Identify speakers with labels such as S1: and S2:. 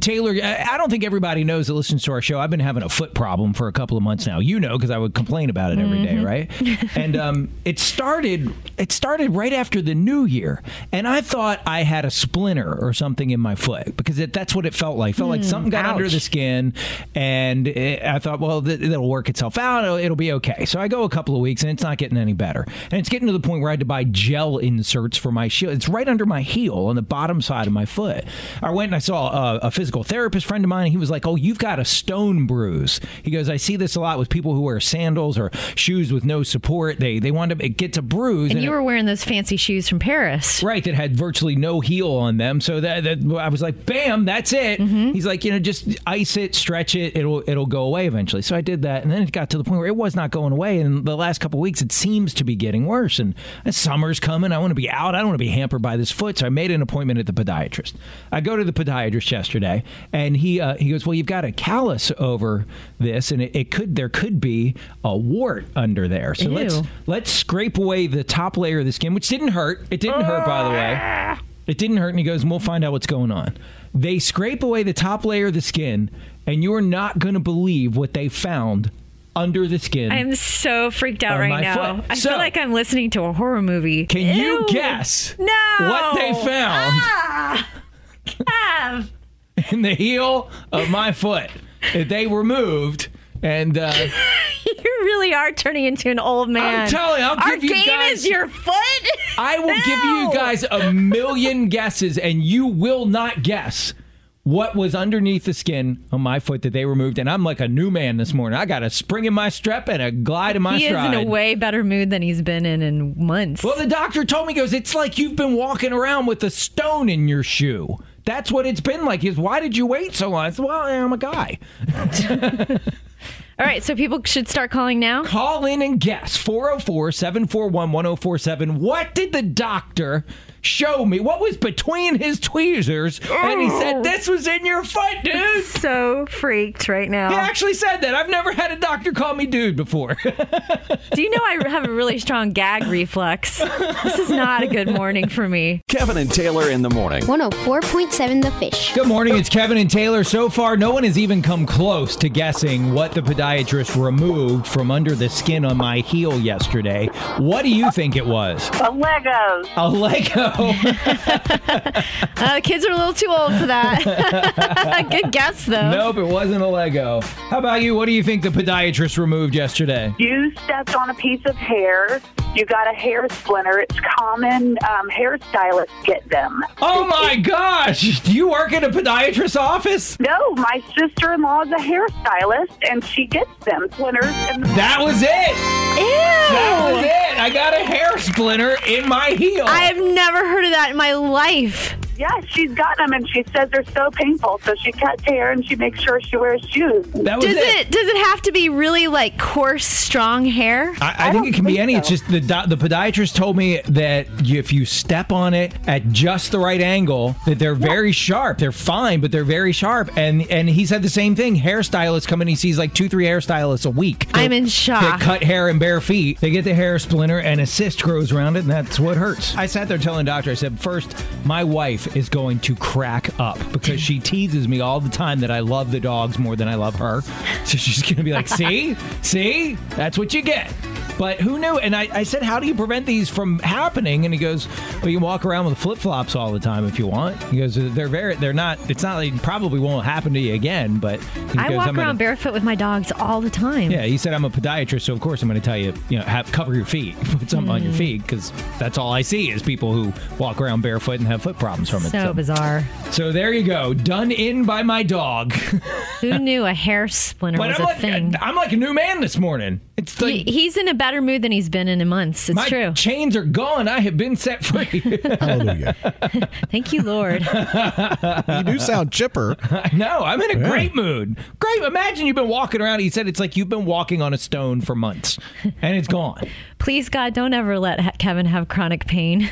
S1: Taylor, uh, I I don't think everybody knows that listens to our show. I've been having a foot problem for a couple of months now. You know, because I would complain about it every day, right? and um, it started. It started right after the New Year, and I thought I had a splinter or something in my foot because it, that's what it felt like. Felt like something got under the skin, and it, I thought, well, th- that'll work itself out. uh, It'll, it'll be okay. So I go a couple of weeks, and it's not getting any better. And it's getting to the point where I had to buy gel inserts for my shield. It's right under my heel on the bottom side of my foot. I went and I saw uh, a, a physical therapist friend of mine, and he was like, "Oh, you've got a stone bruise." He goes, "I see this a lot with people who wear sandals or shoes with no support. They they wind up it gets a bruise."
S2: And
S1: and
S2: you
S1: it-
S2: were wearing those fancy shoes from Paris.
S1: Right, that had virtually no heel on them. So that, that I was like, bam, that's it. He's like, you know, just ice it, stretch it, it'll it'll go away eventually. So I did that, and then it got to the point where it was not going away. And the last couple of weeks, it seems to be getting worse. And uh, summer's coming. I want to be out. I don't want to be hampered by this foot. So I made an appointment at the podiatrist. I go to the podiatrist yesterday, and he uh, he goes, well, you've got a callus over this, and it, it could there could be a wart under there. So let's
S2: Ew.
S1: let's scrape away the top layer of the skin, which didn't hurt. It didn't hurt, by the way. It didn't hurt. And he goes, and we'll find out what's going on. They scrape away the top layer of the skin, and you're not going to believe what they found under the skin.
S2: I'm so freaked out
S1: On my
S2: right now.
S1: foot.
S2: I
S1: So-
S2: feel like I'm listening to a horror movie.
S1: Can you
S2: Ew.
S1: guess
S2: No.
S1: what they found
S2: Ah, Kev.
S1: in the heel of my foot that they removed? And uh,
S2: you really are turning into an old man.
S1: telling you, I'll
S2: Our
S1: give you
S2: game
S1: guys-
S2: is your foot.
S1: I will give you
S2: Ew.
S1: guys a million guesses, and you will not guess what was underneath the skin on my foot that they removed. And I'm like a new man this morning. I got a spring in my step and a glide in my
S2: He is
S1: stride.
S2: in a way better mood than he's been in in months.
S1: Well, the doctor told me, he goes, it's like you've been walking around with a stone in your shoe. That's what it's been like. Is why did you wait so long? I said, well, I'm a guy.
S2: All right, so people should start calling now.
S1: Call in and guess 404 741 1047. What did the doctor show me? What was between his tweezers? And he said, This was in your foot, dude.
S2: So freaked right now.
S1: He actually said that. I've never had a doctor call me dude before.
S2: Do you know I have a really strong gag reflex? This is not a good morning for me.
S3: Kevin and Taylor in the morning.
S4: 104.7 The Fish.
S1: Good morning. It's Kevin and Taylor. So far, no one has even come close to guessing what the podiatrist removed from under the skin on my heel yesterday. What do you think it was?
S5: A Legos.
S1: A Lego.
S2: Uh, kids are a little too old for that. good guess, though.
S1: nope, it wasn't a Lego. How about you? What do you think the podiatrist removed yesterday?
S5: You stepped on a piece of hair. You got a hair splinter. It's common. Um, hairstylists get them.
S1: Oh my gosh! Do you work at a podiatrist's office?
S5: No, my sister-in-law is a hairstylist, and she gets them splinters. And
S1: That was it. That was
S2: Ew!
S1: it. I got a hair splinter in my heel.
S2: I have never heard of that in my life.
S5: yeah, she's gotten them, and she says they're so painful. So she cuts hair, and she makes sure she wears shoes.
S1: that was
S2: Does it does it have to be really like coarse, strong hair?
S1: I, I think
S5: don't
S1: it can be
S5: think
S1: any.
S5: so.
S1: It's just the do- the podiatrist told me that you- if you step on it at just the right angle, that they're very sharp. They're fine, but they're very sharp. And and he said the same thing. Hairstylists come in. He sees like two, three hairstylists a week.
S2: I'm in
S1: They
S2: shock.
S1: cut hair in bare feet. They get the hair splinter, and a cyst grows around it, and that's what hurts. I sat there telling the doctor, I said, first, my wife is going to crack up because she teases me all the time that I love the dogs more than I love her. So she's going to be like, see, see, that's what you get. But who knew? And I, I said, how do you prevent these from happening? And he goes, well, you walk around with flip flops all the time if you want. He goes, they're very, they're not, it's not like probably won't happen to you again, but he
S2: I
S1: goes,
S2: walk
S1: "I'm
S2: around
S1: gonna-
S2: barefoot with my dogs all the time.
S1: yeah, he said I'm a podiatrist, so of course I'm going to tell you, you know, have cover your feet, put something on your
S2: Mm.
S1: feet, because that's all I see is people who walk around barefoot and have foot problems from it.
S2: So bizarre.
S1: so there you go, done in by my dog.
S2: Who knew a hair splinter
S1: but
S2: was
S1: I'm
S2: a
S1: like, uh,
S2: thing?
S1: I'm like a new man this morning. It's like
S2: He- he's in a better mood than he's been in a month. It's
S1: my
S2: true.
S1: chains are gone. I have been set free.
S6: Hallelujah.
S2: Thank you, Lord.
S6: you do sound chipper.
S1: no, I'm in a great mood. Great. Imagine you've been walking around. He said it's like you've been walking on a stone for months, and it's gone.
S2: Please, God, don't ever let ha- Kevin have chronic pain.